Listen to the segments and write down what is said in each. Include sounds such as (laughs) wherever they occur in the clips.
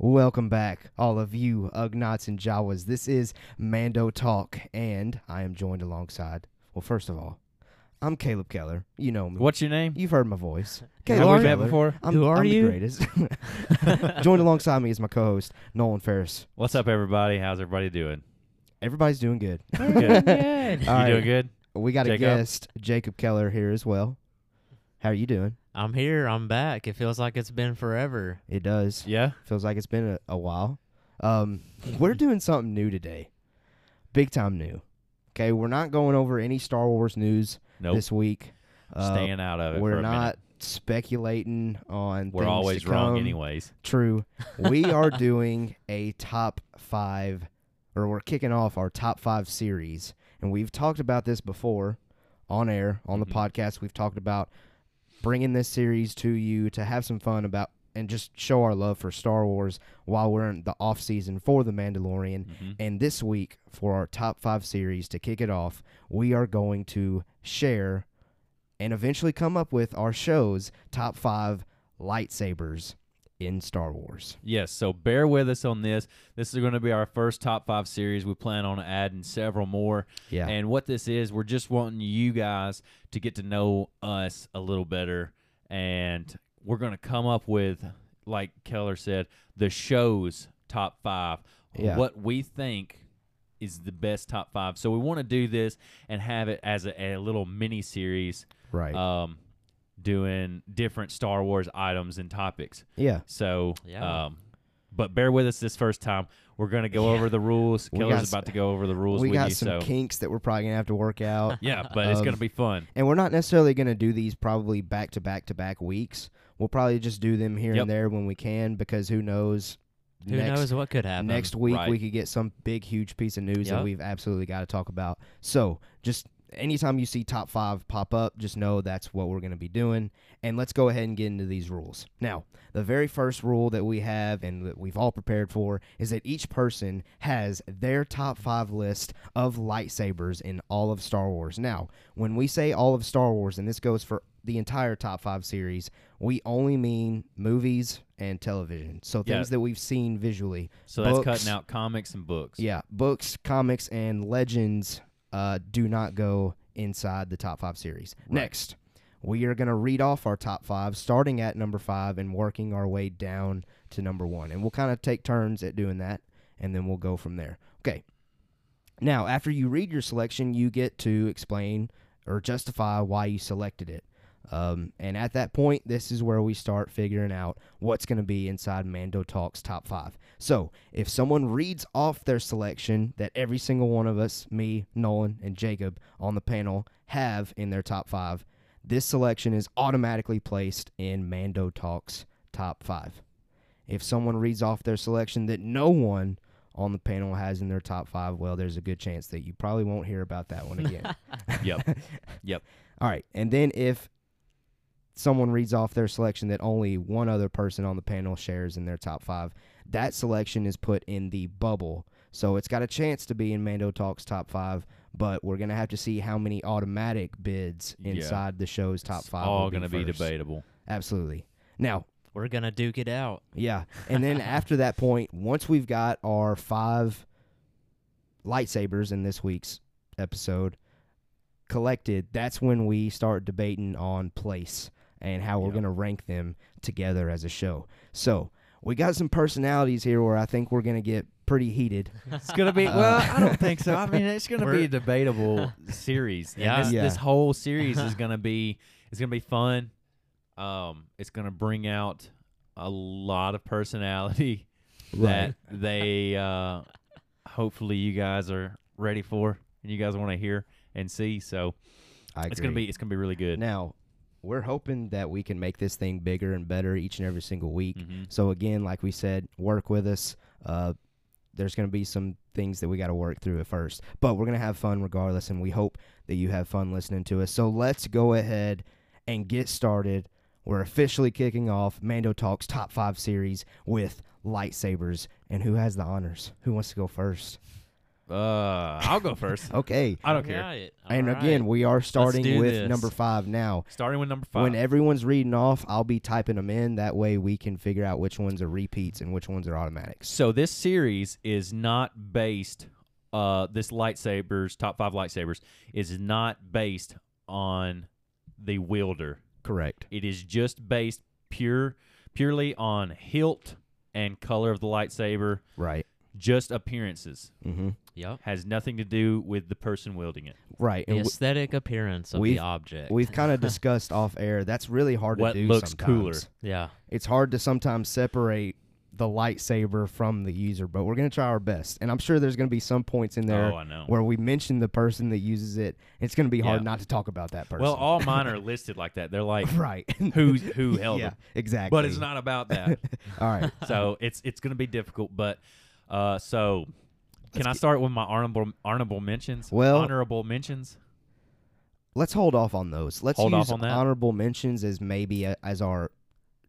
Welcome back, all of you Ugnaughts and Jawas. This is Mando Talk, and I am joined alongside. Well, first of all, I'm Caleb Keller. You know me. What's your name? You've heard my voice. (laughs) Have Caleb we met Keller. before? I'm, Who are I'm you? the greatest. (laughs) joined alongside me is my co-host Nolan Ferris. What's up, everybody? How's everybody doing? Everybody's doing (laughs) good. Good. All Good. you right. doing good? We got a Jacob? guest, Jacob Keller, here as well. How are you doing? I'm here. I'm back. It feels like it's been forever. It does. Yeah. Feels like it's been a, a while. Um, we're doing something new today, big time new. Okay, we're not going over any Star Wars news Nope. this week. Uh, Staying out of it. we're for a minute. not speculating on. We're things to always wrong, come. anyways. True. We are doing a top five, or we're kicking off our top five series. And we've talked about this before on air, on Mhm. the podcast. We've talked about bringing this series to you to have some fun about and just show our love for Star Wars while we're in the off season for The Mandalorian. Mhm. And this week, for our top five series to kick it off, we are going to share and eventually come up with our show's top five lightsabers in Star Wars. Yes, so bear with us on this. This is going to be our first top five series. We plan on adding several more. Yeah. And what this is, we're just wanting you guys to get to know us a little better. And we're going to come up with, like Keller said, the show's top five. Yeah. What we think is the best top five. So we want to do this and have it as a, a little mini series right. um, doing different Star Wars items and topics. yeah. So, Yeah. um, but bear with us this first time. We're gonna go Yeah. over the rules. We got Keller's s- about to go over the rules We with got you. some So, kinks that we're probably going to have to (laughs) work out. yeah, but it's Um, gonna be fun. and we're not necessarily going to do these probably back to back to back weeks. We'll probably just do them here Yep. and there when we can because who knows. Who next knows what could happen? next week we Right. could get some big huge piece of news that Yep. we've absolutely got to talk about so just anytime you see top five pop up just know that's what we're going to be doing and let's go ahead and get into these rules now the very first rule that we have and that we've all prepared for is that each person has their top five list of lightsabers in all of star wars now when we say all of star wars and this goes for the entire top five series we only mean movies and television so Yeah. things that we've seen visually So that's books. cutting out comics and books. yeah, books, comics, and legends uh, do not go inside the top five series. Next, we are going to read off our top five, starting at number five and working our way down to number one. And we'll kind of take turns at doing that, and then we'll go from there. Okay. Now, after you read your selection, you get to explain or justify why you selected it. Um, and at that point, this is where we start figuring out what's going to be inside Mando Talks top five. So if someone reads off their selection that every single one of us, me, Nolan, and Jacob on the panel have in their top five, this selection is automatically placed in Mando Talks top five. If someone reads off their selection that no one on the panel has in their top five, well, there's a good chance that you probably won't hear about that one again. (laughs) Yep. Yep. All right. And then if someone reads off their selection that only one other person on the panel shares in their top five, that selection is put in the bubble. So it's got a chance to be in Mando Talks top five, but we're going to have to see how many automatic bids Yeah. inside the show's top It's five. will All be gonna be first. debatable. Absolutely. Now, We're gonna duke it out. yeah. And then after that point, once we've got our five lightsabers in this week's episode collected, that's when we start debating on place and how we're Yep. going to rank them together as a show. So we got some personalities here where I think we're going to get pretty heated. (laughs) It's gonna be. Uh, Well, I don't think so. I (laughs) mean, it's gonna be We're- a (laughs) debatable series. And Yeah. This, Yeah. this whole series (laughs) is gonna be. It's gonna be fun. Um, it's gonna bring out a lot of personality (laughs) that they uh, hopefully you guys are ready for and you guys want to hear and see. So I it's gonna agree. be it's gonna be really good. Now, we're hoping that we can make this thing bigger and better each and every single week. Mm-hmm. hmm So again, like we said, work with us. Uh, there's going to be some things that we got to work through at first, but we're going to have fun regardless, and we hope that you have fun listening to us. So let's go ahead and get started. We're officially kicking off Mando Talks Top Five Series with lightsabers, and who has the honors? Who wants to go first? Uh, I'll go (laughs) first. Okay. I don't care. Got it. and All again, right. we are starting do with this. number five now. Starting with number five. When everyone's reading off, I'll be typing them in. That way, we can figure out which ones are repeats and which ones are automatics. so this series is not based. Uh, this lightsabers top five lightsabers is not based on the wielder. Correct. It is just based pure, purely on hilt and color of the lightsaber. Right. Just appearances Mm-hmm. yep. has nothing to do with the person wielding it. Right. The And aesthetic appearance of we've- the object. we, have kind of discussed off air. That's really hard What to do. looks sometimes. cooler. (laughs) yeah. (laughs) It's hard to sometimes separate the lightsaber from the user, but we're gonna try our best. And I'm sure there's gonna be some points in there Oh, I know. where we mention the person that uses it. It's gonna be hard Yeah. not to talk about that person. Well, all mine are listed like that. They're like (laughs) right. (laughs) who who held yeah. it, Exactly. but it's not (laughs) about that. All (laughs) right. so it's it's going to be difficult. But uh, so can I start with my honorable honorable mentions? Well- honorable mentions. Let's hold off on those. Let's Hold off use on that? honorable mentions as maybe a, as our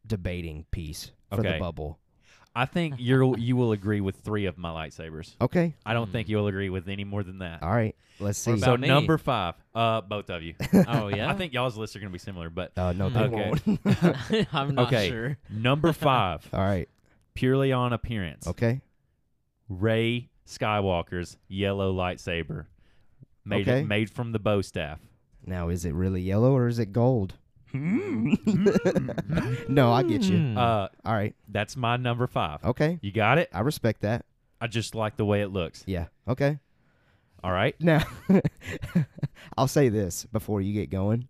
debating piece for the Okay. bubble. I think you're you will agree with three of my lightsabers. Okay. I don't think you'll agree with any more than that. All right. Let's see. What So about me? number five, uh, both of you. Oh yeah. I think y'all's lists are going to be similar, but uh, no, they Okay. won't. (laughs) I'm not Okay. sure. number five, All (laughs) right. purely on appearance. Okay. Ray Skywalker's yellow lightsaber, made Okay. made from the bow staff. Now, is it really yellow or is it gold? (laughs) no, I get you. Hmm. Uh, All right. that's my number five. Okay. You got it. I respect that. I just like the way it looks. Yeah. Okay. All right. Now, (laughs) I'll say this before you get going.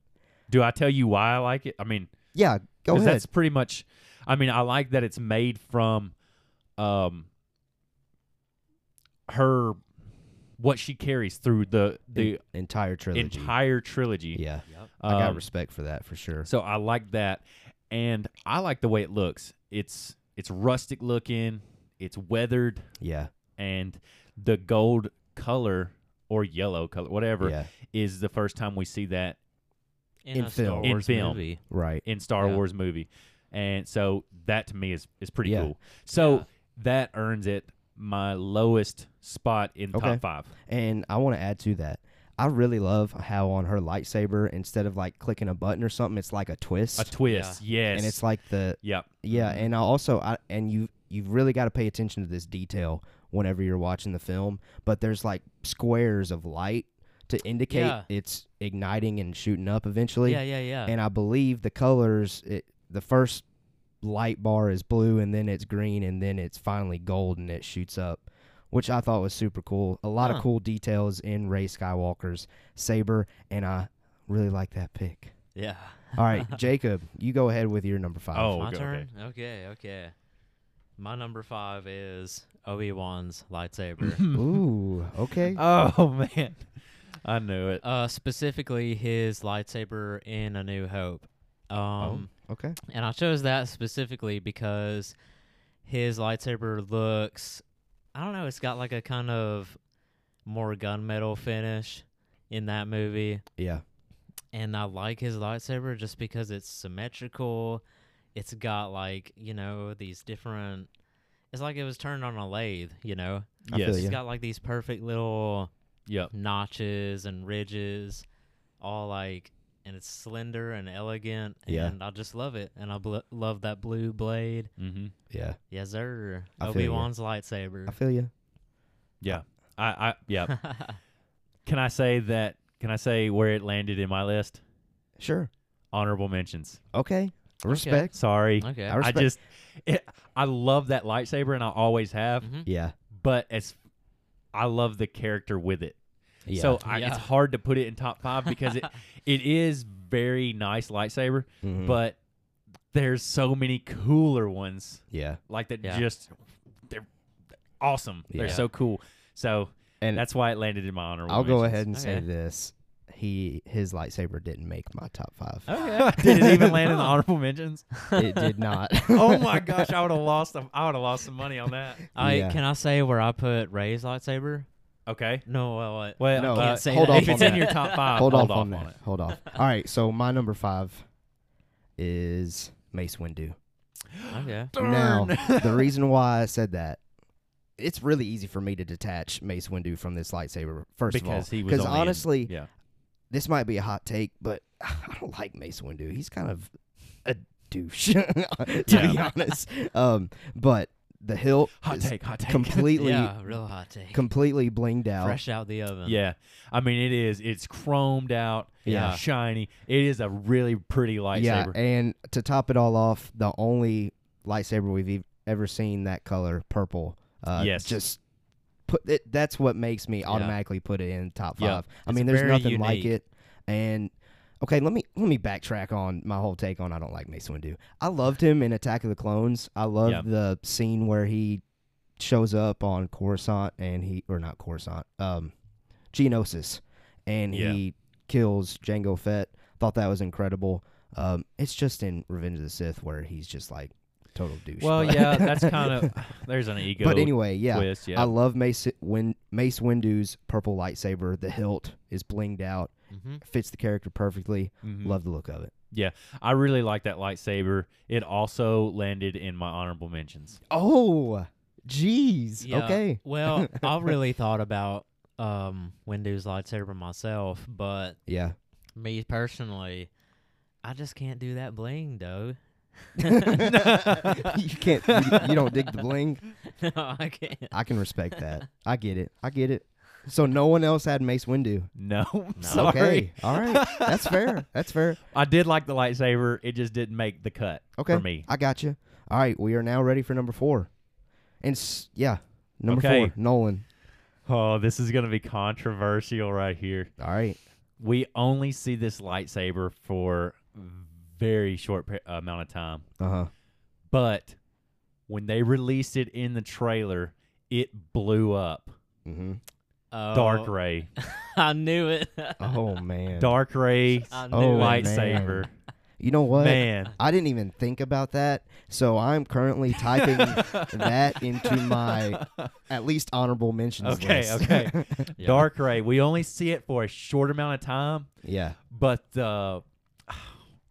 Do I tell you why I like it? I mean, Yeah. Go 'cause ahead. that's pretty much. I mean, I like that it's made from, um, her, what she carries through the the entire trilogy. entire trilogy. yeah. Yep. I got Um, respect for that for sure. So I like that, and I like the way it looks. It's it's rustic looking. It's weathered, Yeah. and the gold color or yellow color, whatever, Yeah. is the first time we see that In, in a film. Star In Wars film. movie. Right. in Star Yeah. Wars movie. And so that to me is is pretty Yeah. cool. So Yeah. that earns it my lowest spot in Okay. top five. And I want to add to that. I really love how on her lightsaber, instead of like clicking a button or something, it's like a twist. A twist, yes. and it's like the yep. Yeah, and I also I and you you've really got to pay attention to this detail whenever you're watching the film. But there's like squares of light to indicate Yeah. it's igniting and shooting up eventually. Yeah, yeah, yeah. And I believe the colors it, the first light bar is blue and then it's green and then it's finally gold and it shoots up, which I thought was super cool. A lot of Huh. cool details in Ray Skywalker's saber and I really like that pick. yeah. All right, Jacob, you go ahead with your number 5. Oh, My okay, okay. turn. Okay, okay. My number five is Obi Wan's (laughs) lightsaber. Ooh, okay. Oh man. (laughs) I knew it. uh, specifically his lightsaber in A New Hope. Oh. Um, Okay. and I chose that specifically because his lightsaber looks. I don't know. It's got like a kind of more gunmetal finish in that movie. Yeah. and I like his lightsaber just because it's symmetrical. It's got like you know these different. It's like it was turned on a lathe, you know. I feel yes. ya. It's got like these perfect little Yep. notches and ridges, all like, and it's slender and elegant. Yeah. And I just love it, and I bl- love that blue blade. Mm-hmm. Yeah. Yes, sir. I feel ya. Obi Wan's lightsaber. I feel you. Yeah. I, I (laughs) yeah. (laughs) Can I say that can I say where it landed in my list? Sure. Honorable mentions. Okay. Respect. Sorry. okay. I I respect. just it, I love that lightsaber and I always (laughs) have, Mhm. yeah. but as I love the character with it. Yeah. So I, it's Yeah. hard to put it in top five because it it is very nice lightsaber, Mhm. but there's so many cooler ones yeah. like that. Yeah. Just they're awesome. They're Yeah. so cool. So And that's why it landed in my honorable. I'll go ahead mentions. and say Okay. this. He his lightsaber didn't make my top (laughs) 5. Okay. Did it (laughs) even land in the honorable mentions? it did not. Oh my gosh, I would have lost. Some, I would have lost some money on that. I Yeah. can I say where I put Ray's lightsaber? Okay. No, well, what? Well, No, uh, can't say hold that. off if it's on in that. your top (laughs) five, hold, off, off on, that. it. Hold off. (laughs) All right, so my number 5 is Mace Windu. okay. (laughs) Now, the reason why I said that it's really easy for me to detach Mace Windu from this lightsaber. First of all, because he was only in- honestly, yeah. this might be a hot take, but (sighs) I don't like Mace Windu. He's kind of a douche, (laughs) to be Yeah. honest. Um, but the hilt Hot is take, hot take. (laughs) completely, yeah, real hot take. completely blinged out. Fresh out the oven. Yeah, I mean it is. It's chromed out. Yeah. Yeah, shiny. It is a really pretty yeah, lightsaber. and to top it all off, the only lightsaber we've ev- ever seen that color, purple. Uh, Yes. just put it. That's what makes me automatically put it in top Yeah. five. I It's mean, there's very nothing like unique. it, and. Okay, let me let me backtrack on my whole take on I don't like Mace Windu. I loved him in Attack of the Clones. I love Yeah. the scene where he shows up on Coruscant and he or not Coruscant, um, Genosis, and Yeah. he kills Jango Fett. Thought that was incredible. Um, it's just in Revenge of the Sith where he's just like total douche. (laughs) well, but- (laughs) yeah, that's kind of there's an ego. but anyway, yeah, twist. Yeah, I love Mace Win, Mace Windu's purple lightsaber. The hilt is blinged out, Mm-hmm. fits the character perfectly. Mhm. Love the look of it. I really like that lightsaber. It also landed in my honorable mentions. Oh, jeez. Yeah. Okay. (laughs) well, I really thought about um, Windows lightsaber myself, but (laughs) Yeah. (laughs) me personally, I just can't do that bling, though. (laughs) you can't. You, you don't dig the bling. no, I can't. I can respect that. I get it. I get it. So no one else had Mace Windu. No, (laughs) I'm No. sorry. Okay. All right. That's fair. That's fair. I did like the lightsaber. It just didn't make the cut Okay. for me. I got you. All right. We are now ready for number four. And s- yeah, number Okay. four, Nolan. Oh, this is gonna be controversial right here. All right. We only see this lightsaber for very short pe- amount of time. Uh huh. but when they released it in the trailer, it blew up. Mm-hmm. Oh, Dark Ray, I (laughs) knew it. Oh man. Dark (laughs) Ray I knew Oh, it. man. lightsaber. You know what? Man, I didn't even think about that. So I'm currently (laughs) typing that into my at least honorable mentions Okay, list. okay. Yeah. Dark Ray. We only see it for a short amount of time, (laughs) yeah. but uh, (sighs)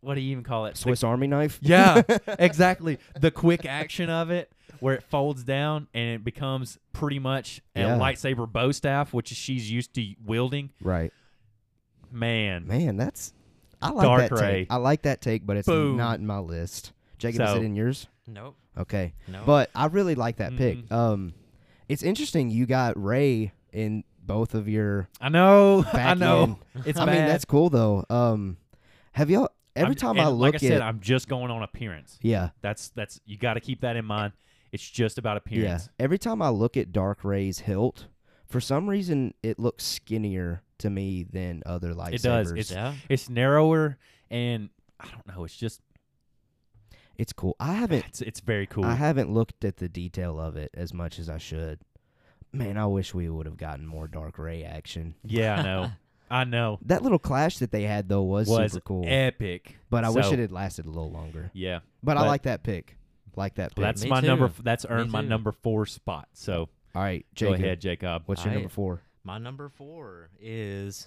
what do you even call it? The- Swiss Army knife. (laughs) yeah, exactly. The (laughs) quick action of it, where it folds down and it becomes pretty much a Yeah. lightsaber bow staff, which she's used to wielding. (laughs) Right. Man, Man, that's I like Dark that Ray. take. I like that take, but it's Boom. not in my list. Jacob, is So- it in yours? Nope. Okay. Oh. Nope. But I really like that pick. Mhm. Um it's interesting you got Ray in both of your I know. (laughs) I back know. It's I mean, bad. that's cool though. Um have y'all every I'm- time and I look like I at said, I'm just going on appearance. Yeah. That's that's you got to keep that in mind. It's just about Yeah. appearance. Every time I look at Dark Ray's hilt, for some reason it looks skinnier to me than other lightsabers. It does. It's yeah. it's narrower and I don't know. It's just It's cool. I haven't it's it's very (sighs) cool. I haven't looked at the detail of it as much as I should. Man, I wish we would have gotten more Dark Ray action. yeah, (laughs) (laughs) I know. I know. That little clash that they had though was, Was super cool. epic. but I wish So, it had lasted a little longer. Yeah, But, I but- like that pick. Like that pick. well, that's me my too. number. f- That's earned my too. number four spot. So All right, Jacob. go ahead, Jacob. (laughs) What's your I- number (laughs) four? My number four is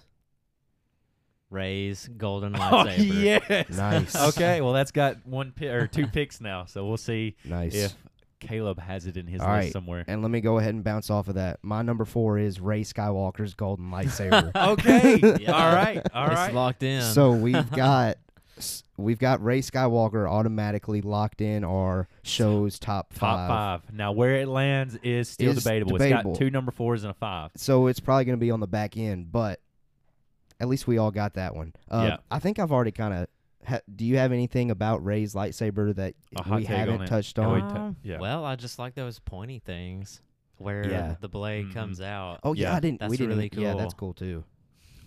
Ray's (laughs) golden Oh lightsaber. yes. Nice. okay. Well, that's got one pi- or two picks now. So we'll see Nice. if Caleb has it in his All list right. (laughs) somewhere. And let me go ahead and bounce off of that. My number four is Ray Skywalker's golden (laughs) (laughs) lightsaber. Okay. Yeah. All right. All it's right. locked in. so we've got s- we've got Ray Skywalker automatically locked in our show's top Top five. five. Now, where it lands is still Is debatable. debatable. It's got two number fours and a five. so it's probably going to be on the back end, but at least we all got that one. Uh, Yeah. I think I've already kind of. Ha- do you have anything about Ray's lightsaber that A hot we take on haven't it. touched Oh, on? wait, t- Um, yeah. Well, I just like those pointy things where Yeah. the blade Mhm. comes out. oh yeah, yeah, I didn't. we that's didn't. really Yeah, cool. that's cool too.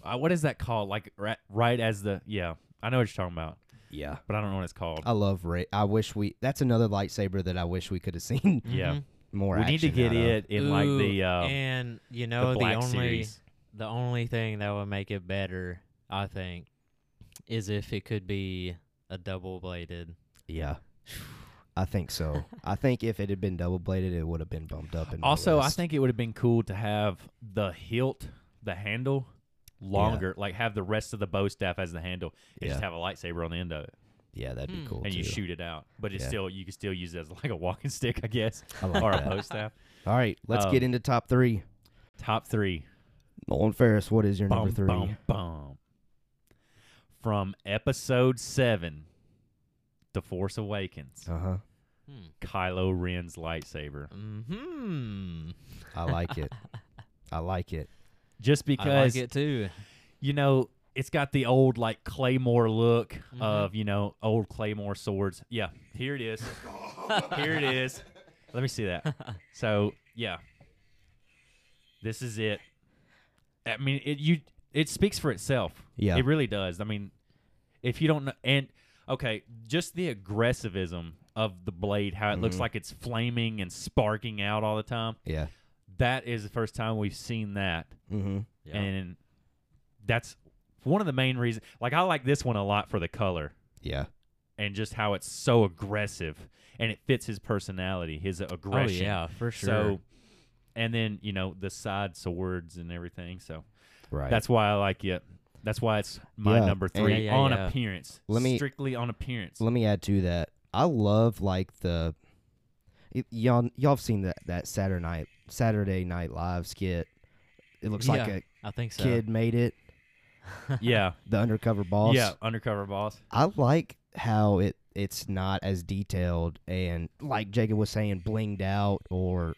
Uh, what is that called? Like right, right as the yeah. I know what you're talking about, Yeah, but I don't know what it's called. I love Ray. I wish we. That's another lightsaber that I wish we could have seen (laughs) Yeah. Mhm. more. we need to action get out of. it in like Ooh, the uh, and you know the the, black only series. the only thing that would make it better, I think, is if it could be a double bladed. Yeah, I think (laughs) so. I think if it had been double bladed, it would have been bumped up. In my Also, I list. think it would have been cool to have the hilt, the handle, longer. Like have the rest of the bow staff as the handle, Yeah. and just have a lightsaber on the end of it. Yeah, that'd be Hmm. cool. and you too. shoot it out. But it's Yeah. still you can still use it as like a walking (laughs) stick, I guess, I like or a that. post staff. All right, let's Um, get into top three. Top three. Nolan Ferris, what is your number Bum, three? bum, bum. From episode seven, The Force Awakens, Uh huh. Kylo Ren's lightsaber. Hmm. I like (laughs) it. I like it. Just I like because it too. you know it's got the old like claymore look Mm-hmm. of you know old claymore swords. Yeah, here it (laughs) is. here it is. Let me see that. So yeah, this is it. I mean, it you it speaks for itself. Yeah. it really does. I mean, if you don't know, and okay, just the aggressivism of the blade, how it looks Mm-hmm. Mhm. like it's flaming and sparking out all the time. Yeah. That is the first time we've seen that, Mm-hmm. Yeah. and that's one of the main reasons. Like I like this one a lot for the color Yeah. and just how it's so aggressive and it fits his personality, his oh aggression. yeah, for sure. So, and then you know the side swords and everything. So Right. that's why I like it. That's why it's my Yeah, number and- three Yeah, yeah, on yeah. appearance. Let me- strictly on appearance. Let me add to that. I love like the y- y'all y'all have seen that that Saturday night Saturday Night Live skit. It looks like Yeah. a I think so. kid made it. (laughs) yeah, The undercover boss. yeah, undercover boss. I like how it it's not as detailed and like Jacob was saying, blinged out or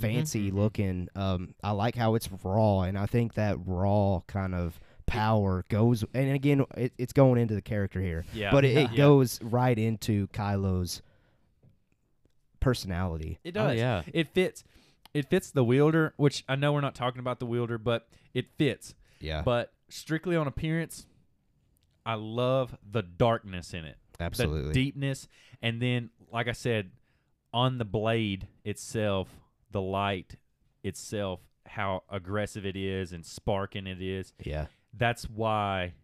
fancy Mm-hmm. looking. Um, I like how it's raw, and I think that raw kind of power goes. And again, it, it's going into the character here, Yeah, but it, it yeah. goes right into Kylo's personality. It Oh does. yeah. It fits. It fits the wielder, which I know we're not talking about the wielder, but it fits. Yeah, But strictly on appearance, I love the darkness in it. absolutely. the deepness and then like i said on the blade itself the light itself how aggressive it is and sparking it is yeah, that's why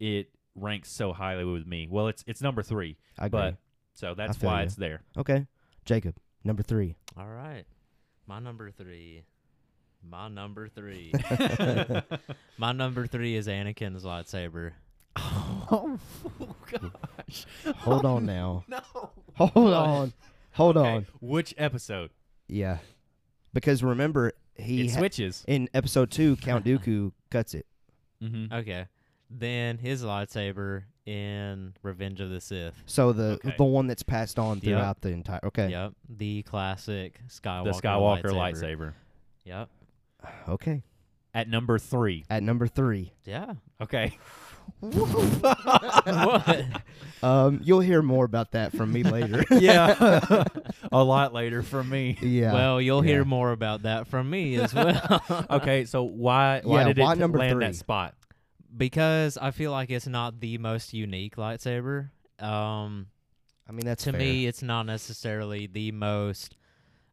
it ranks so highly with me well it's it's number 3 I agree. but so that's feel why you. it's there okay, Jacob, number (laughs) three. All right. My number three. My number three. (laughs) My number three is Anakin's lightsaber. oh gosh Hold on (laughs) now. no Hold on. Hold on. which episode Yeah, because remember he it ha- switches in episode two, (laughs) Count Dooku cuts it. mm-hmm. Okay. Then his lightsaber in Revenge of the Sith. So the Okay. the one that's passed on Yep. throughout the entire. Okay, Yep. The classic Skywalker. the skywalker lightsaber. lightsaber Yep. okay. at number 3 At number three, (laughs) Yeah. okay (laughs) what? (laughs) um, you'll hear more about that from me (laughs) later. yeah, a lot later from me. (laughs) yeah. Well, you'll Yeah. hear more about that from me (laughs) as well. (laughs) Okay, so why why Yeah, did why it number land three? that spot? because I feel like it's not the most unique lightsaber. Um, I mean that's to fair. me, it's not necessarily the most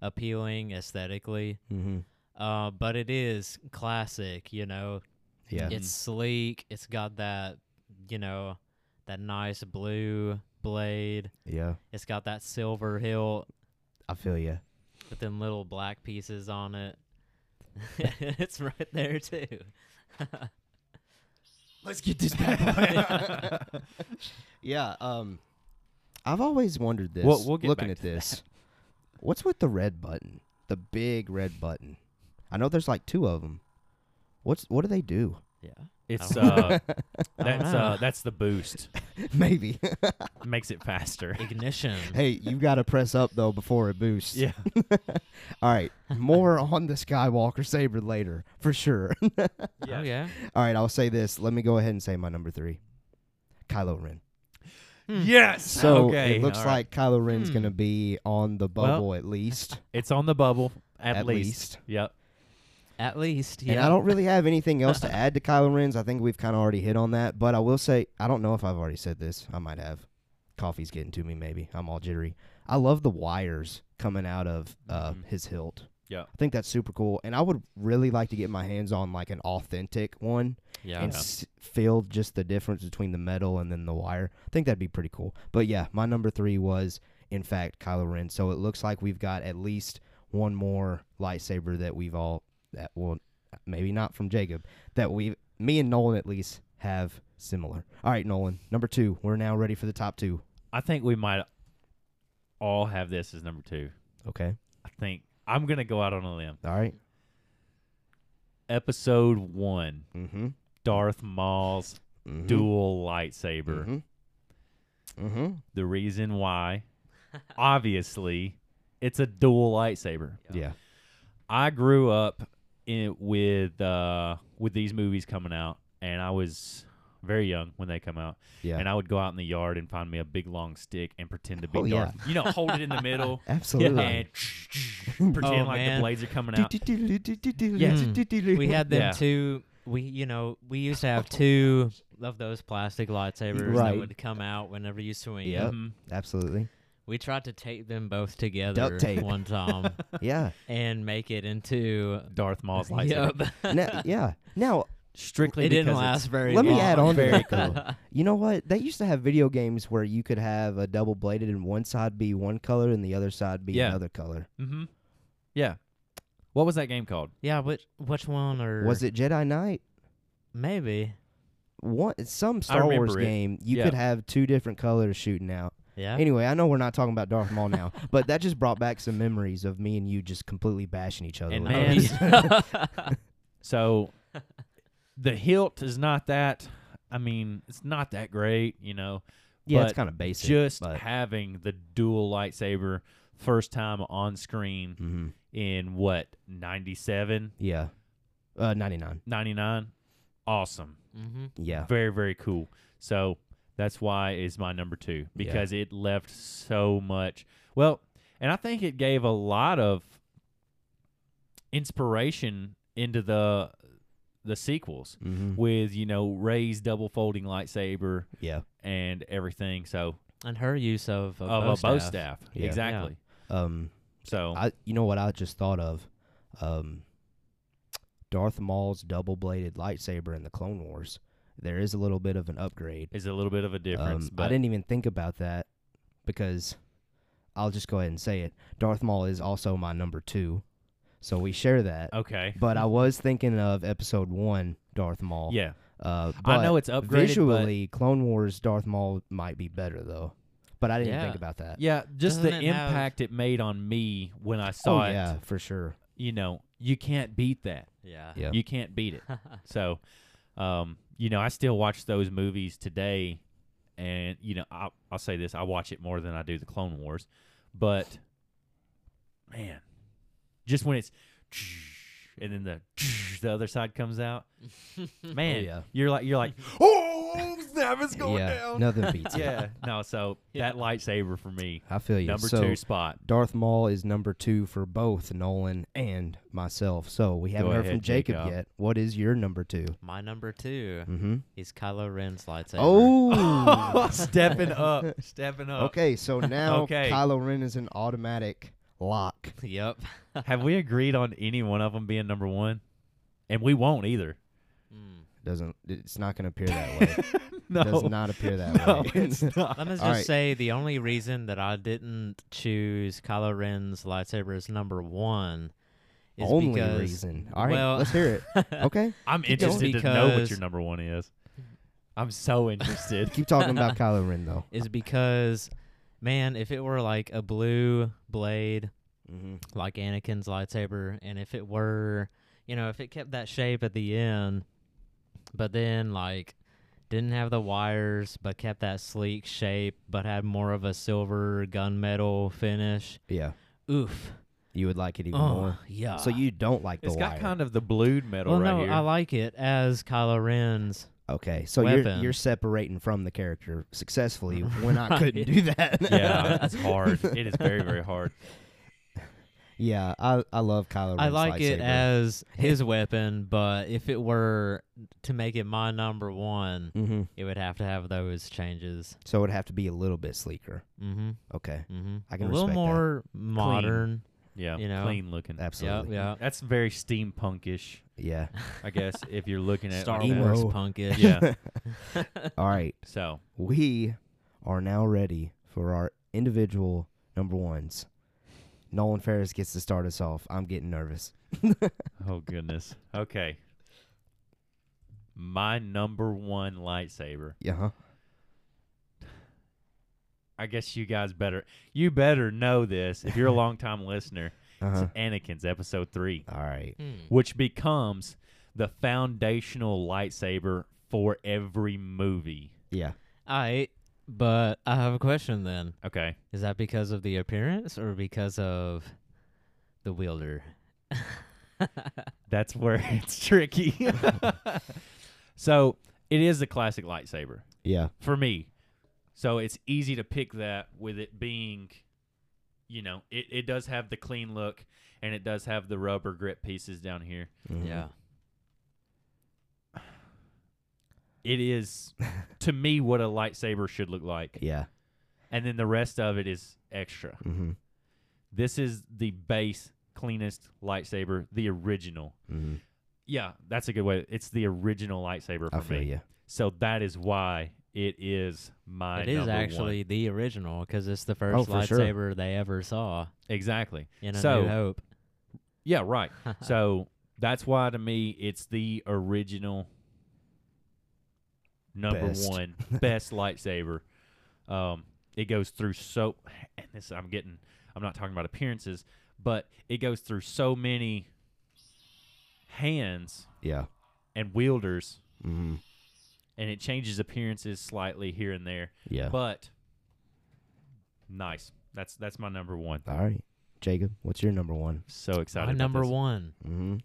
appealing aesthetically, Mhm. uh, but it is classic. You know, Yeah. it's sleek. It's got that, you know, that nice blue blade. Yeah. It's got that silver hilt I feel you. with them little black pieces on it. (laughs) it's right there too. (laughs) Let's get this back. (laughs) yeah. Um, I've always wondered this. We'll- we'll get looking back at this. (laughs) What's with the red button? The big red button. I know there's like two of them. What's what do they do? (laughs) (laughs) Yeah. It's don't know. uh, don't that's know. uh, that's the boost. Maybe. (laughs) Makes it (laughs) faster. Ignition. hey, you got to press up though before it boosts. Yeah, All right, more (laughs) on the Skywalker saber later for sure. (laughs) Oh yeah. All right, I'll say this. Let me go ahead and say my number three, Kylo Ren. Yes. So okay, it looks all right. like Kylo Ren's Hmm. gonna be on the Well, bubble at least. it's on the bubble at, At least. Yep. At least. Yeah. And I don't really have anything else to add to Kylo Ren's. I think we've kind of already hit on that. But I will say, I don't know if I've already said this. I might have. Coffee's getting to me. Maybe I'm all jittery. I love the wires coming out of uh, Mhm. his hilt. Yeah. I think that's super cool, and I would really like to get my hands on like an authentic one. Yeah. and s- feel just the difference between the metal and then the wire. I think that'd be pretty cool. But yeah, my number three was in fact Kylo Ren. So it looks like we've got at least one more lightsaber that we've all that well maybe not from Jacob that we me and Nolan at least have similar. All right, Nolan, number two. We're now ready for the top two. I think we might all have this as number two. Okay. I think I'm gonna go out on a limb. All right. Episode one, Mm-hmm. Darth Maul's mm-hmm. dual lightsaber. Mm-hmm. mm-hmm. The reason why, obviously, it's a dual lightsaber. Yeah. I grew up in with uh, with these movies coming out, and I was very young when they come out. Yeah. And I would go out in the yard and find me a big long stick and pretend to be Oh, yeah. Darth. You know, hold it in (laughs) the middle Absolutely. and (laughs) pretend Oh, like man. the blades are coming out. we had them Yeah. two. We, you know, we used to have two of those plastic lightsabers Right. that would come out whenever you swing. Yep. Mhm. Absolutely. We tried to tape them both together Duct tape. (laughs) one time (laughs) Yeah. and make it into. Darth (laughs) (laughs) Maul's lightsaber. Yep. now, yeah. Now, Strictly it didn't because last very let long. me add on to that though. You know what? They used to have video games where you could have a double bladed and one side be one color and the other side be Yeah. another color. It's, mm-hmm. Yeah. What was that game called? yeah, which which one or Was it Jedi Knight? maybe? One some Star remember Wars it. game, you Yeah. could have two different colors shooting out. Yeah. Anyway, I know we're not talking about Darth Maul (laughs) now, but that just brought back some memories of me and you just completely bashing each other. And with man- (laughs) (laughs) those. (laughs) Mm-hmm. So the hilt is not that. I mean, it's not that great, you know. yeah, it's but kind of basic. Just but- having the dual lightsaber first time on screen Mhm. in what 97, Yeah, uh, ninety nine. 99? Awesome. hmm Yeah, Very very cool. So that's why is my number 2 because it left so much. Well, and I think it gave a lot of inspiration into the the sequels. mm-hmm. with you know Ray's double folding lightsaber yeah. and everything. So And her use of a of bow a bow staff. staff, Yeah. exactly. Um, So I you know what I just thought of, um, Darth Maul's double bladed lightsaber in the Clone Wars. There is a little bit of an upgrade. it's a little bit of a difference, Um, but I didn't even think about that because I'll just go ahead and say it. Darth Maul is also my number two, so we share that. okay, But I was thinking of Episode One, Darth Maul. yeah, Uh, I know but it's upgraded. visually, Clone Wars Darth Maul might be better though. But I didn't Yeah. think about that. but yeah, just Doesn't the it have- impact it made on me when I saw oh it. yeah, for sure. You know, you can't beat that. Yeah. Yeah. You can't beat it. So, um, you know, I still watch those movies today, and you know, I, I'll say this: I watch it more than I do the Clone Wars, but man, just when it's (laughs) and then the the (laughs) other side (laughs) comes out, man, yeah. you're (laughs) like you're like, oh snap, it's going yeah, down. (laughs) nothing beats it. yeah, no. So that lightsaber for me, I feel you. number so, (laughs) two spot. (laughs) Darth Maul is number two for both Nolan and myself. So we haven't Go heard ahead, from Jacob, Jacob. yet. What is your number two? (laughs) My number two Mm-hmm. is Kylo Ren's lightsaber. (laughs) (laughs) Oh, stepping up, stepping up. okay. So now Okay. Kylo Ren is an automatic lock. Yep. Have we agreed on any one of them being number one? And we won't (laughs) either. (laughs) Mm. Doesn't it's not going to appear that (laughs) way. No, Does not appear that (laughs) no, way. (laughs) it's not. Let me just All right. say the only reason that I didn't choose Kylo Ren's lightsaber as number one is Only because reason. All right, well- let's (laughs) hear it. (laughs) Okay, I'm going. interested to know what Because- your number one is. I'm so (laughs) interested. keep talking (laughs) about Kylo Ren though. is because man, if it were like a blue blade Mm-hmm. like Anakin's lightsaber, and if it were, you know, if it kept that shape at the end, but then like didn't have the wires, but kept that sleek shape, but had more of a silver gunmetal finish. Yeah, Oof. you would like it even Oh, more. yeah. So you don't like the it's got wire. kind of the blued metal Well, right no, here. I like it as Kylo Ren's. okay, so you're weapon. you're separating from the character (laughs) successfully when I couldn't do that. (laughs) yeah, it's hard. It is very, very hard. Yeah, I I love Kylo. Ren's I like it lightsaber. as his weapon, but if it were to make it my number one, Mhm. it would have to have those changes. So it'd have to be a little bit sleeker. Mm-hmm. Okay, Mm-hmm. I can a little respect that. more modern. Yeah, You know? clean looking. absolutely. Yeah, That's very steampunkish, Yeah. I guess, if you're looking yeah. at Star like that. Emo. Wars (laughs) punkish. (laughs) Yeah. All right, So we are now ready for our individual number ones. Nolan Ferris gets to start us off. I'm getting (laughs) nervous. Oh goodness. Okay. My number one lightsaber Yeah. huh? I guess you guys better you better know this if you're a long time listener. Uh-huh. It's Anakin's episode three, All right. Hmm. which becomes the foundational lightsaber for every movie. Yeah. All right, but I have a question then. Okay, Is that because of the appearance or because of the wielder? (laughs) Mm-hmm. that's where (laughs) it's tricky. so it is the classic lightsaber. Yeah. for me. So it's easy to pick that with it being, you know, it, it does have the clean look and it does have the rubber grip pieces down here. Mhm. It is, to me, what a lightsaber should look like. Yeah. And then the rest of it is extra. Mm-hmm. This is the base, cleanest lightsaber, the original. Mm-hmm. Yeah, that's a good way. It's the original lightsaber for I feel me. you. So that is why it is my it is number one. actually the original because it's the first Oh, for sure. lightsaber they ever saw Exactly. in A So- New Hope. Yeah, right. so that's why to me it's the original number Best. one best lightsaber. Um, it goes through so and this I'm getting I'm not talking about appearances, but it goes through so many hands Yeah. and wielders Mm-hmm. and it changes appearances slightly here and there. Yeah. But nice. That's that's my number one. All right. Jacob, what's your number one? So excited. My about number this. one, Mm-hmm.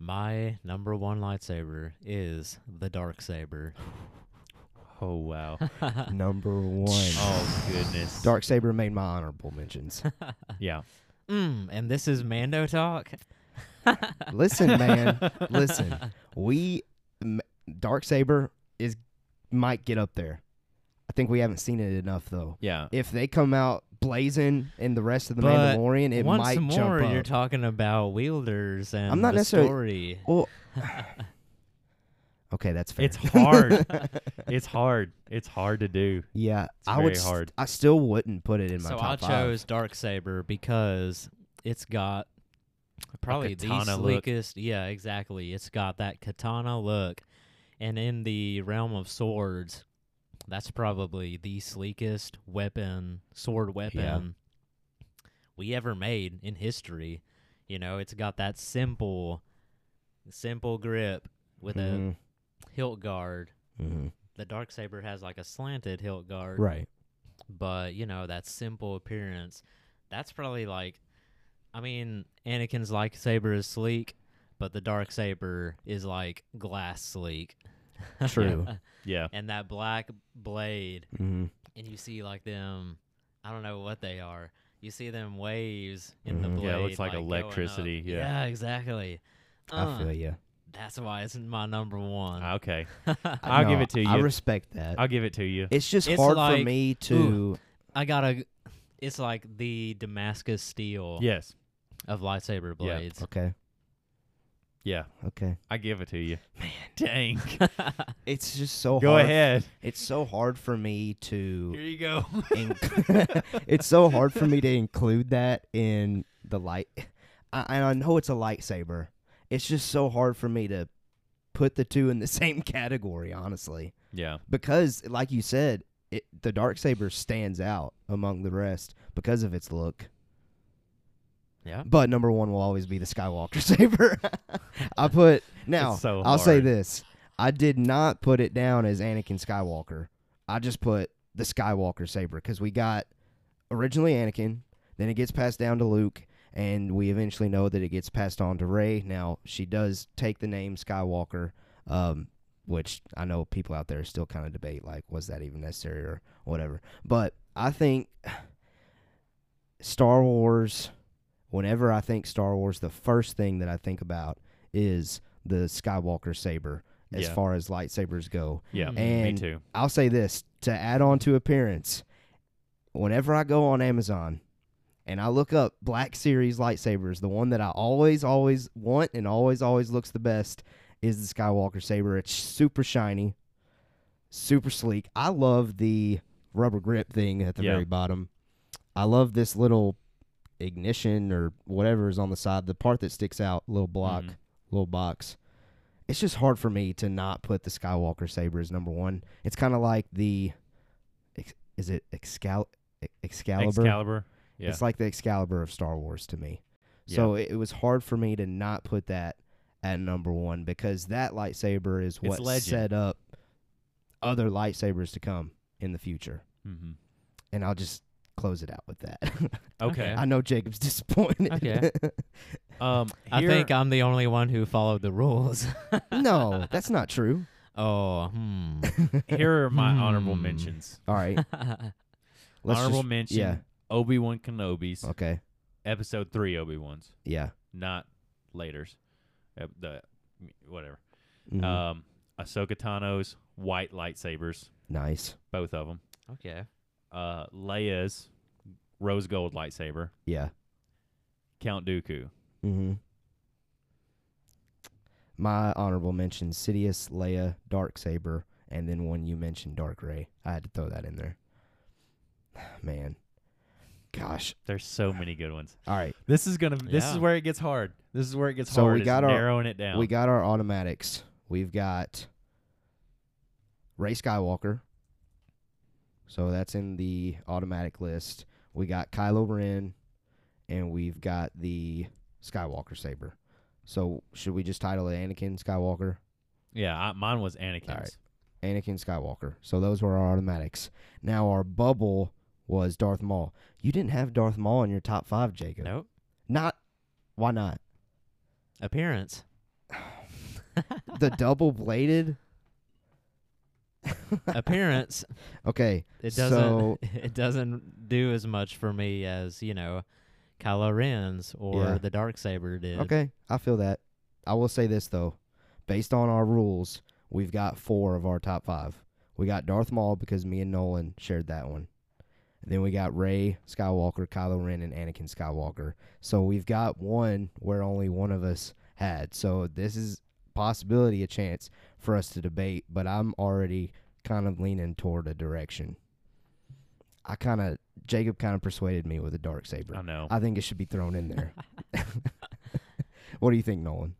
(laughs) my number one lightsaber is the dark saber. Oh wow. number one. oh goodness. Dark Saber made my honorable mentions. Yeah. Mm, and this is Mando talk. Listen, man. Listen. We Dark Saber is might get up there. I think we haven't seen it enough though. Yeah. If they come out blazing in the rest of the But Mandalorian, it Once might more, jump up. you're talking about wielders and not the necessarily- story. well, okay, that's fair. It's hard. it's hard. It's hard to do. (laughs) yeah, It's I very would. st- hard. I still wouldn't put it in my so I top chose dark saber because it's got probably the katana look. sleekest. Yeah, exactly. It's got that katana look, and in the realm of swords, that's probably the sleekest weapon, sword weapon we ever made in history. You know, it's got that simple, simple grip with five. a hilt guard. Mhm, The dark saber has like a slanted hilt guard mhm. Right. but you know that simple appearance that's probably like i mean anakin's lightsaber is sleek but the dark saber is like glass sleek (laughs) True. Yeah. and that black blade hmm and you see like them i don't know what they are you see them waves in the Mhm. blade Mm-hmm. Yeah, it looks like going up. electricity, yeah. yeah exactly I Uh, feel you. that's why it's my number one Ah, Okay. (laughs) I'll give it to I you. respect that. I'll give it to you. it's just It's hard for like, me to. ooh, i gotta it's like the damascus steel Yes. of lightsaber Yeah. blades (laughs) Okay. Yeah. Okay. I give it to you. Man. (laughs) Dang. It's just so. go hard. ahead. It's so hard for me to. (laughs) Here you go. inc- (laughs) it's so hard for me to include that in the light. I, and I know it's a lightsaber. It's just so hard for me to put the two in the (laughs) same category, honestly, yeah. because, like you said, it, the dark saber stands out among the rest because of its look. Yeah. But number one will always be the Skywalker (laughs) saber. I (laughs) put now. It's so I'll say hard. this: I did not put it down as Anakin Skywalker. I just put the Skywalker saber because we got originally Anakin, then it gets passed down to Luke, and we eventually know that it gets passed on to Rey. Now she does take the name Skywalker, um, which I know people out there still kind of debate like was that even necessary or whatever. But I think (sighs) Star Wars. Whenever I think Star Wars, the first thing that I think about is the Skywalker saber as Yeah. far as lightsabers go. Yeah. And- me too. I'll say this to add on to appearance. Whenever I go on Amazon and I look up Black Series lightsabers, the one that I always, always want and always, always looks the best is the Skywalker saber. It's super shiny, super sleek. I love the rubber grip thing at the Yeah. very bottom. I love this little ignition or whatever is on the side, the part that sticks out, little block, Mhm. little box. It's just hard for me to not put the Skywalker saber as number one. It's kind of like the, ex- is it Excal- E, Excalibur? Excalibur. Yeah. It's like the Excalibur of Star Wars to me. So it, it was hard for me to not put that at number one because that lightsaber is what legend. set up other lightsabers to come in the future. hmm And I'll just close it out with that. (laughs) Okay. I know Jacob's (laughs) disappointed. Okay. um, I here- think I'm the only one who followed the rules. (laughs) (laughs) no, that's not true. (laughs) Oh, hmm. (laughs) (laughs) here are my honorable Hmm. mentions. All (laughs) right. Let's honorable just, mention: yeah. Obi Wan Kenobi's Okay. Episode Three Obi Wan's, Yeah. not later's. Ep- The whatever. Mhm. Um, Ahsoka Tano's white lightsabers, nice. both of them. okay. Uh, Leia's rose gold lightsaber. Yeah. Count Dooku. Mm-hmm. My honorable mention: Sidious, Leia, Dark Saber, and then one you mentioned, Dark Ray. I had to throw that in there. (sighs) Man, gosh. There's so many good ones. All right, This is gonna. This is Yeah. where it gets hard. This is where it gets So we hard. is got our- narrowing it down. we got our automatics. We've got Ray Skywalker. So that's in the automatic list. We got Kylo Ren, and we've got the Skywalker saber. So should we just title it Anakin Skywalker? yeah, I, mine was Anakin's. right. Anakin Skywalker. So those were our automatics. Now our bubble was Darth Maul. You didn't have Darth Maul in your top five, Jacob. Nope. Not why not? Appearance. The double bladed. Appearance. (laughs) Okay. It doesn't. So- (laughs) it doesn't do as much for me as you know, Kylo Ren's or Yeah. the dark saber did. Okay. (laughs) I feel that. I will say this though, based on our rules, we've got four of our top five. We got Darth Maul because me and Nolan shared that one. Then we got Ray Skywalker, Kylo Ren, and Anakin Skywalker. So we've got one where only one of us had. So this is possibility, a chance for us to debate. But I'm already kind of leaning toward a direction. I kind of Jacob kind of persuaded me with a dark saber. I know. I think it should be thrown in there. (laughs) what do you think, Nolan?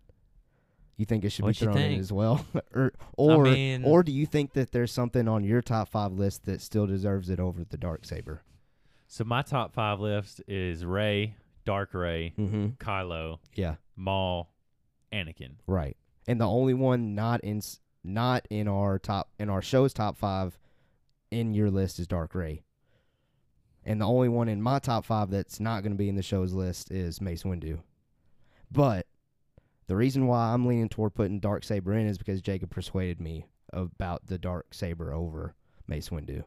You think it should What be you thrown in think? as well, (laughs) or or mean- or do you think that there's something on your top five list that still deserves it over the dark saber? So my top five list is Ray, Dark Ray, Mm-hmm. Kylo, Yeah, Maul, Anakin. right. And the only one not in s- not in our top in our show's top five in your list is Dark Ray. And the only one in my top five that's not going to be in the show's list is Mace Windu. But the reason why I'm leaning toward putting Dark Saber in is because Jacob persuaded me about the Dark Saber over Mace Windu.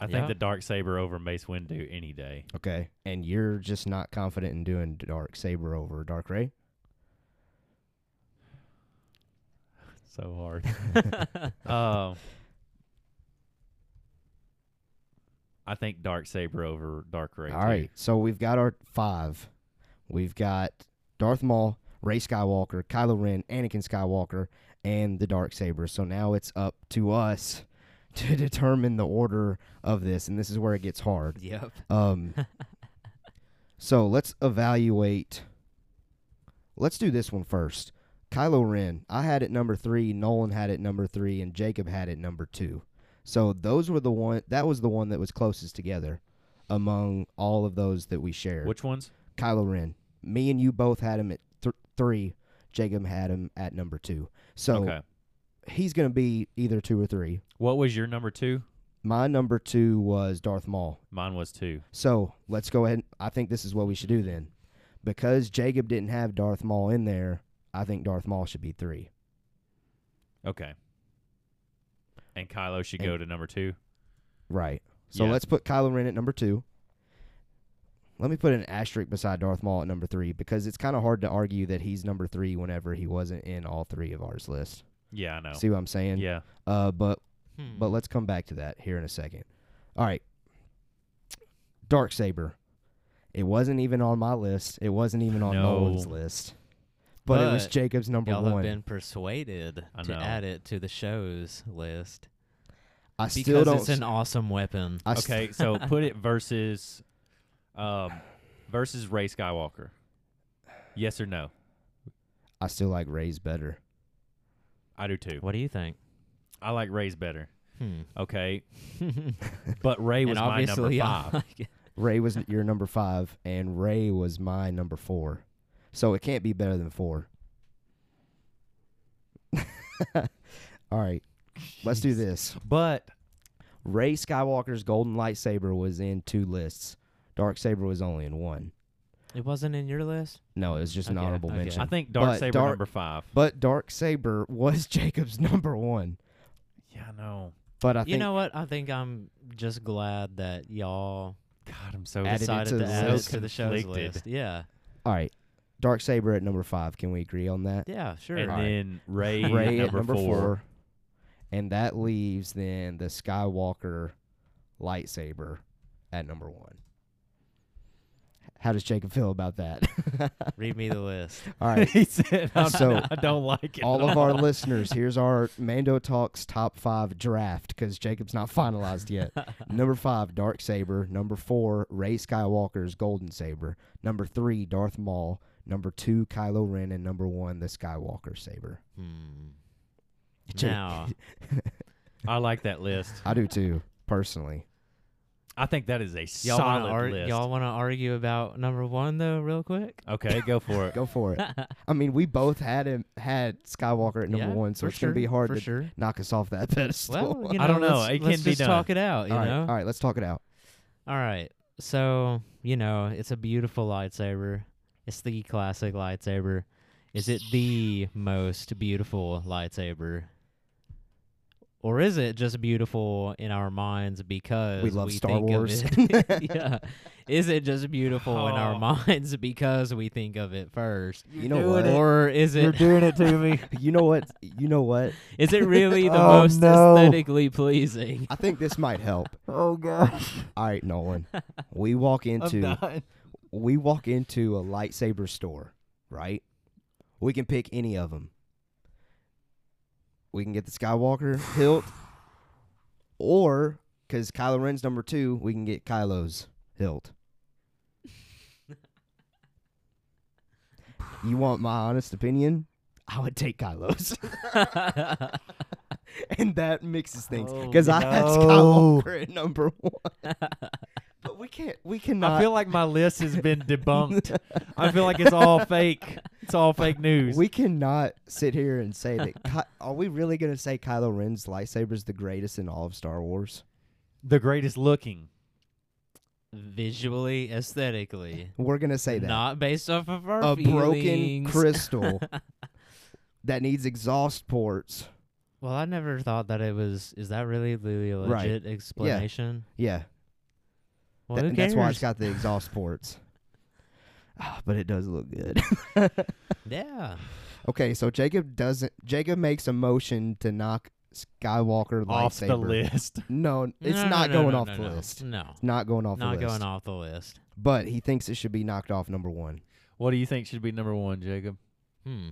I Yeah. think the dark saber over Mace Windu any day. Okay. And you're just not confident in doing Dark Saber over Dark Ray? So hard. (laughs) um, I think dark saber over dark Ray. All too. right, so we've got our five. We've got Darth Maul, Ray Skywalker, Kylo Ren, Anakin Skywalker, and the Dark Saber. So now it's up to us (laughs) to determine the order of this, and this is where it gets hard. (laughs) Yep. Um, so let's evaluate. Let's do this one first. Kylo Ren. I had it number three. Nolan had it number three, and Jacob had it number two. So those were the one. That was the one that was closest together among all of those that we shared. Which ones? Kylo Ren. Me and you both had him at th- three. Jacob had him at number two. So Okay. he's going to be either two or three. What was your number two? My number two was Darth Maul. Mine was two. So let's go ahead. I think this is what we should do then. Because Jacob didn't have Darth Maul in there, I think Darth Maul should be three. Okay. And Kylo should And- go to number two. Right. So Yeah. let's put Kylo Ren at number two. Let me put an asterisk beside Darth Maul at number three because it's kind of hard to argue that he's number three whenever he wasn't in all three of ours list. Yeah, I know. See what I'm saying? yeah. Uh, but Hmm. but let's come back to that here in a second. All right. Dark Saber. It wasn't even on my list. It wasn't even on No. Nolan's list. But, it was But Jacob's number Y'all one. have been persuaded I to know. add it to the show's list I because still don't. it's an awesome weapon. (laughs) I st- (laughs) Okay, so put it versus um versus Ray Skywalker. Yes or no? I still like Ray's better. I do too. What do you think? I like Ray's better. (laughs) Hmm. Okay, but Ray was and my number obviously, I five. like it. Ray was your number five, and Ray was my number four. So it can't be better than four. (laughs) All right, let's do this. (laughs) But Ray Skywalker's golden lightsaber was in two lists. Dark saber was only in one. It wasn't in your list. No, it was just an Okay, honorable okay. mention. I think Dark But Saber Dark- number five. but Dark saber was (laughs) Jacob's number one. Yeah, I know. But I you think know what? I think I'm just glad that y'all God, I'm so Added it decided to to, the add list. it to the show's Conflicted. list. Yeah, all right, Dark saber at number five. Can we agree on that? yeah, sure. And Alright. then Ray, Ray number, at number four. four. And that leaves then the Skywalker lightsaber at number one. How does Jacob feel about that? (laughs) Read me the list. All right. (laughs) he said, "I'm So, not- (laughs) I don't like it." All at (laughs) of our all. listeners, here's our Mando Talks top five draft because Jacob's not finalized (laughs) yet. number five, Dark Saber. Number four, Ray Skywalker's Golden Saber. Number three, Darth Maul. Number two, Kylo Ren. And number one, the Skywalker Saber. Hmm. Jake- (laughs) Now, I like that list. I do too, personally. I think that is a y'all solid wanna ar- list. y'all want to argue about number one though, real quick? Okay, go for it. Go for it. (laughs) I mean, we both had him had Skywalker at number Yeah, one, so for it's gonna be sure, hard for to (laughs) sure. knock us off that pedestal. (laughs) Well, you know, I don't know. Let's, It let's can be just done. talk it out. You all right, know. all right, let's talk it (laughs) out. All right. So, you know, it's a beautiful lightsaber. It's the classic lightsaber. Is it the most beautiful lightsaber? Or is it just beautiful in our minds because We love Star think of Wars. (laughs) it- (laughs) yeah. Is it just beautiful in our Oh. minds because we think of it first? You know what? Or is it doing it to me. (laughs) You know what? You know what? (laughs) is it really the Oh, most no. aesthetically pleasing? I think this might help. (laughs) Oh gosh, All right, (laughs) Nolan. We walk into we walk into a lightsaber store, right? We can pick any of them. We can get the (sighs) Skywalker hilt, or because Kylo Ren's number two, we can get Kylo's hilt. (laughs) you want my honest opinion? I would take (laughs) Kylo's, (laughs) and that mixes things because I had Oh, Skywalker at number (laughs) one. but we can't. We cannot. (laughs) I feel like my list has (laughs) been debunked. I feel like it's all fake. It's all fake news. We cannot sit here and say that. Ky- are we really going to say Kylo Ren's lightsaber is the greatest in all of Star Wars? the greatest looking. (laughs) Visually, aesthetically. We're going to say that. Not based off of our a broken feelings. (laughs) crystal that needs exhaust ports. Well, I never thought that it was. Is that really the Right. legit explanation? Yeah, Well, that- who and that's why it's cares? got the exhaust (laughs) ports. Ah, but it does look good. (laughs) Yeah. okay, so Jacob doesn't. Jacob makes a motion to knock Skywalker Off lightsaber. the list. No, it's No, no, not no, going no, off no, the no. list. No, It's not going off not the list. going off the list. But he thinks it should be knocked off number (laughs) one. (laughs) What do you think should be number one, Jacob? Hmm.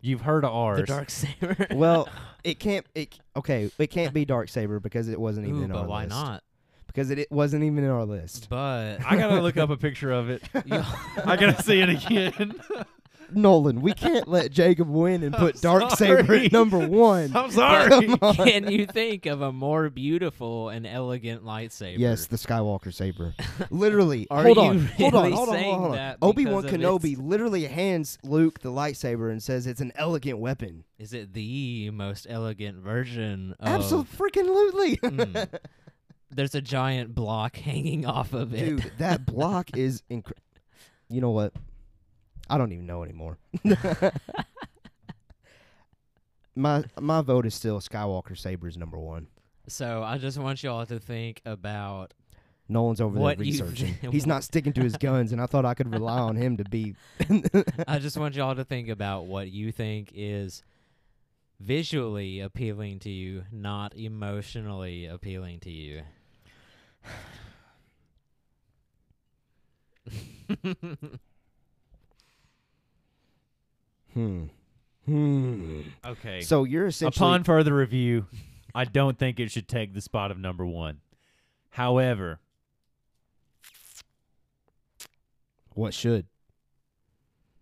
You've heard of ours. The dark saber. (laughs) Well, it can't. It c- okay. It can't be Dark Saber because it wasn't even Ooh, in our but why list. not? Because it, it wasn't even in our list. But (laughs) (laughs) I gotta look up a picture of it. I gotta see it again. (laughs) Nolan, we can't let Jacob win and I'm (laughs) put Dark Saber sorry. at number one. (laughs) I'm (laughs) sorry. Come on. (laughs) can you think of a more beautiful and elegant lightsaber? Yes, the Skywalker saber. Literally, (laughs) Are hold on, you hold on, really hold on, hold on, saying hold on. that Obi Wan because of Kenobi its- literally hands Luke the lightsaber and says it's an elegant weapon. Is it the most elegant version of? Absolutely, freaking lootly. (laughs) Hmm. There's a giant block hanging off of it. Dude, (laughs) that block is incre You know what? I don't even know anymore. (laughs) my my vote is still Skywalker Saber's number one. So I just want y'all to think about Nolan's over What there you- (laughs) researching. (laughs) He's not sticking to his guns, and I thought I could rely on him to be. I just want y'all to think about what you think is visually appealing to you, not emotionally appealing to you. (laughs) Hmm. Hmm. okay. So you're essentially Upon further review, I don't think it should take the spot of number one. However, what should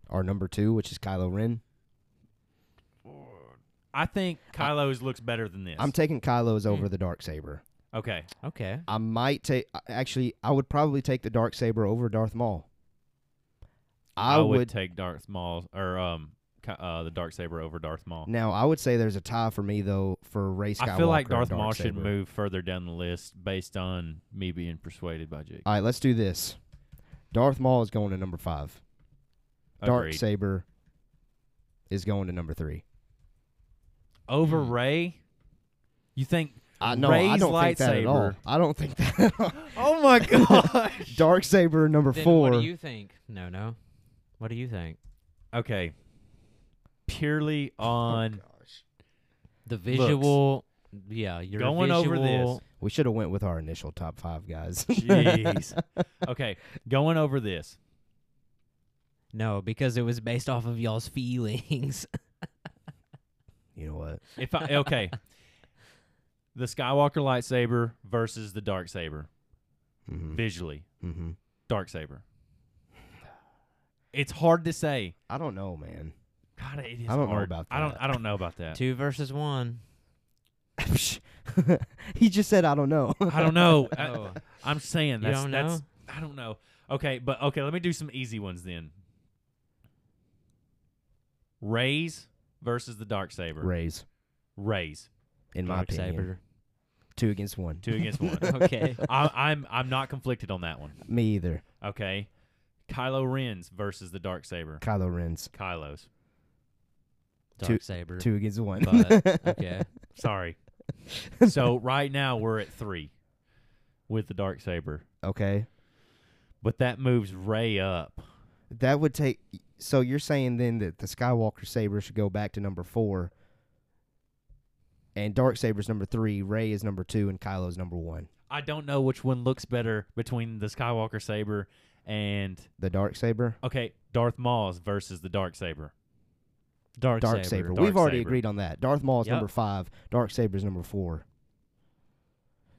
our number two, which is Kylo Ren. I think Kylo's looks better than this. I'm taking Kylo's Mm. over the dark saber. okay. Okay. I might take actually I would probably take the dark saber over Darth Maul. I, would, would take Darth Maul or um Ky- uh, the dark saber over Darth Maul. now I would say there's a tie for me though for Ray Skywalker. I feel like and Darth Maul should Darksaber. move further down the list based on me being persuaded by Jake. All right, let's do this. Darth Maul is going to number five. Uh, Dark Agreed. saber is going to number three. over Hmm. Ray. You think? I no, I Rey's don't think that at all. lightsaber. I don't think that. At all. (laughs) Oh my gosh. Dark saber number Then four. What do you think? No, no. What do you think? okay. Purely (laughs) Oh, on The visual. Yeah, your Going over visual. this. we should have went with our initial top five guys. (laughs) jeez. okay, going over this. No, because it was based off of y'all's (laughs) feelings. you know what? If I okay, the Skywalker lightsaber versus the dark saber Mm-hmm. visually. hmm Dark saber. It's hard to say. I don't know, man. God, it is I don't know hard. about I don't. that. I don't know about (laughs) that. Two versus one. (laughs) he just said I don't know. I don't know. I, (laughs) Oh, I'm saying you that's, don't that's know? I don't know. Okay, but okay, let me do some easy ones then. Rays versus the dark saber. Rays, Rays, in my Dark opinion, saber. two against one. two (laughs) against one. Okay. I, (laughs) I'm I'm not conflicted on that one. Me either. Okay, Kylo Ren's versus the dark saber. Kylo Ren's Kylo's. Two- Dark saber. two against one. (laughs) But okay. Sorry. so right now we're at three with the dark saber, okay, but that moves Ray up. that would take. So you're saying then that the Skywalker saber should go back to number four, and Dark saber's number three, Ray is number two, and Kylo's number one. I don't know which one looks better between the Skywalker saber and The Dark saber, Okay, Darth Maul's versus the Dark Saber. Dark, Dark saber. saber. (laughs) Dark We've already saber. agreed on that. Darth Maul is Yep. number five. Dark saber's number four.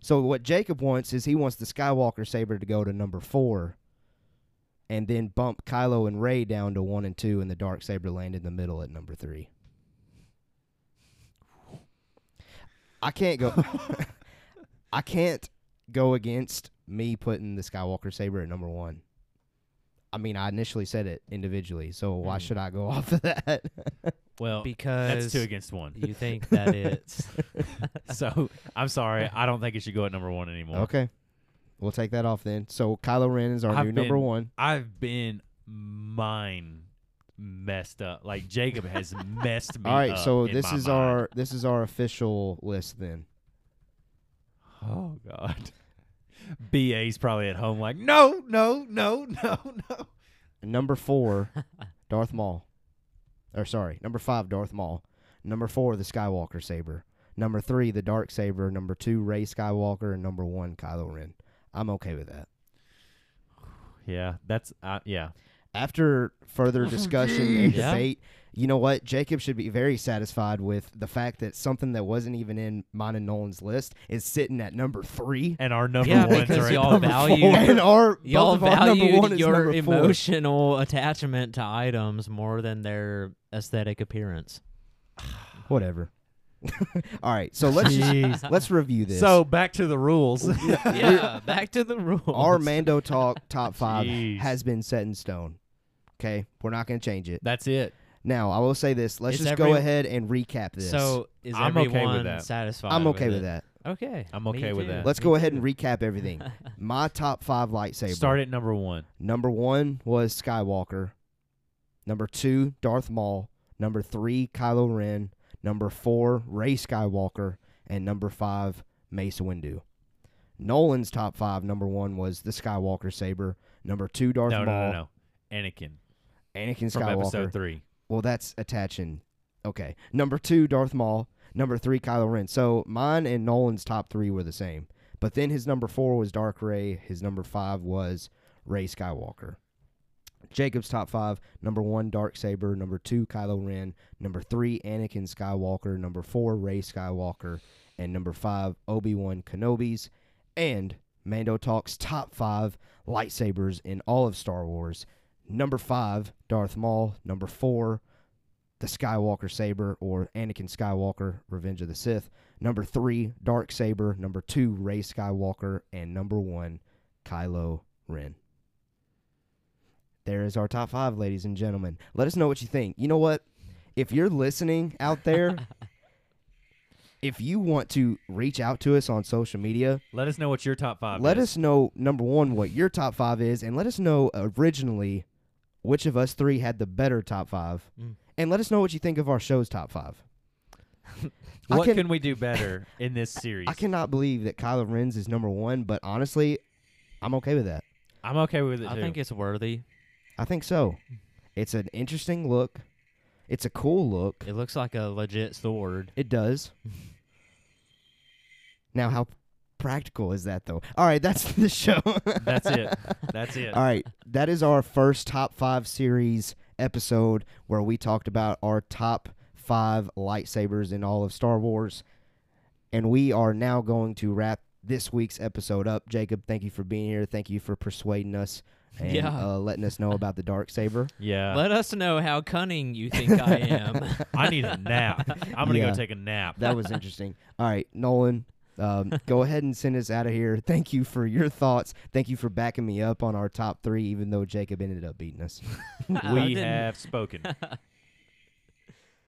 So what Jacob wants is he wants the Skywalker saber to go to number four, and then bump Kylo and Ray down to one and two, and the Dark saber land in the middle at number three. I can't (laughs) go. I can't go against me putting the Skywalker saber at number one. I mean, I initially said it individually, so why Mm. should I go (laughs) off of that? Well, Because that's two against one. (laughs) you think that it's (laughs) so I'm sorry, I don't think it should go at number one anymore. Okay. We'll take that off then. So Kylo Ren is our I've new number been- one. I've been mind messed up. Like Jacob (laughs) has messed me. All right, up so in this my is mind. our this is our official list then. Oh God. (laughs) BA's probably at home like no, no, no, no, no. Number (laughs) four, Darth Maul. Or sorry, number five, Darth Maul. Number four, the Skywalker saber. Number three, the Dark saber. Number two, Ray Skywalker, and number one, Kylo Ren. I'm okay with that. Yeah, that's uh, yeah. After (laughs) further discussion and Yeah. debate, you know what? Jacob should be very satisfied with the fact that something that wasn't even in mine and Nolan's list is sitting at number three. And our number Yeah, ones because are at y'all number value- (laughs) four. and our y'all both of our number one valued is your number four. emotional attachment to items more than their (laughs) aesthetic appearance. Whatever. (laughs) All right, so let's just, let's review this. So back to (laughs) the rules. yeah, back to the rules. (laughs) our Mando talk top five Jeez. has been set in stone. Okay, we're not going to change it. that's it. Now I will say this. Let's Is just go every- ahead and recap this. So is I'm okay with everyone that. satisfied? I'm okay with, with it? that. Okay, I'm me okay with too. that. Let's Me go ahead too. and (laughs) recap everything. My top five lightsaber. Start at number one. Number one was Skywalker. Number two, Darth Maul. Number three, Kylo Ren. Number four, Ray Skywalker. And number five, Mace Windu. Nolan's top five, number one was the Skywalker saber. Number two, Darth no, Maul. no, no, no. Anakin Anakin from Skywalker. episode three. Well, that's attaching. Okay. Number two, Darth Maul. Number three, Kylo Ren. So mine and Nolan's top three were the same. But then his number four was Dark Ray. His number five was Ray Skywalker. Jacob's top five: number one, Dark Saber; number two, Kylo Ren; number three, Anakin Skywalker; number four, Ray Skywalker; and number five, Obi Wan Kenobi's. And Mando Talks top five lightsabers in all of Star Wars. Number five, Darth Maul. Number four, the Skywalker saber or Anakin Skywalker Revenge of the Sith. Number three, Dark Saber. Number two, Rey Skywalker, and number one, Kylo Ren. There is our top five, ladies and gentlemen. Let us know what you think. You know what? If you're listening out there, if you want to reach out to us on social media, Let us know what your top five. let is. us know number one what your top five is, and let us know originally which of us three had the better top five, Mm. and let us know what you think of our show's top five. I (laughs) What can- can, we do better in this (laughs) series? I cannot believe that Kylo Ren's is number one, but honestly, I'm okay with that. I'm okay with it I too. think it's worthy. I think so. It's an interesting look. It's a cool look. It looks like a legit sword. It (laughs) does. now, how practical is that, though? All right, that's (laughs) the show. That's (laughs) it. That's it. All right, that is our first top five series episode where we talked about our top five lightsabers in all of Star Wars. And we are now going to wrap this week's episode up. Jacob, thank you for being here. Thank you for persuading us and Yeah. uh, letting us know about the dark saber. Yeah. Let us know how cunning you think I am. I need a nap. I'm gonna Yeah. go take a nap. That was interesting. All right, Nolan, um, go ahead and send us out of here. Thank you for your thoughts. Thank you for backing me up on our top three, even though Jacob ended up beating us. (laughs) I we didn't- have spoken.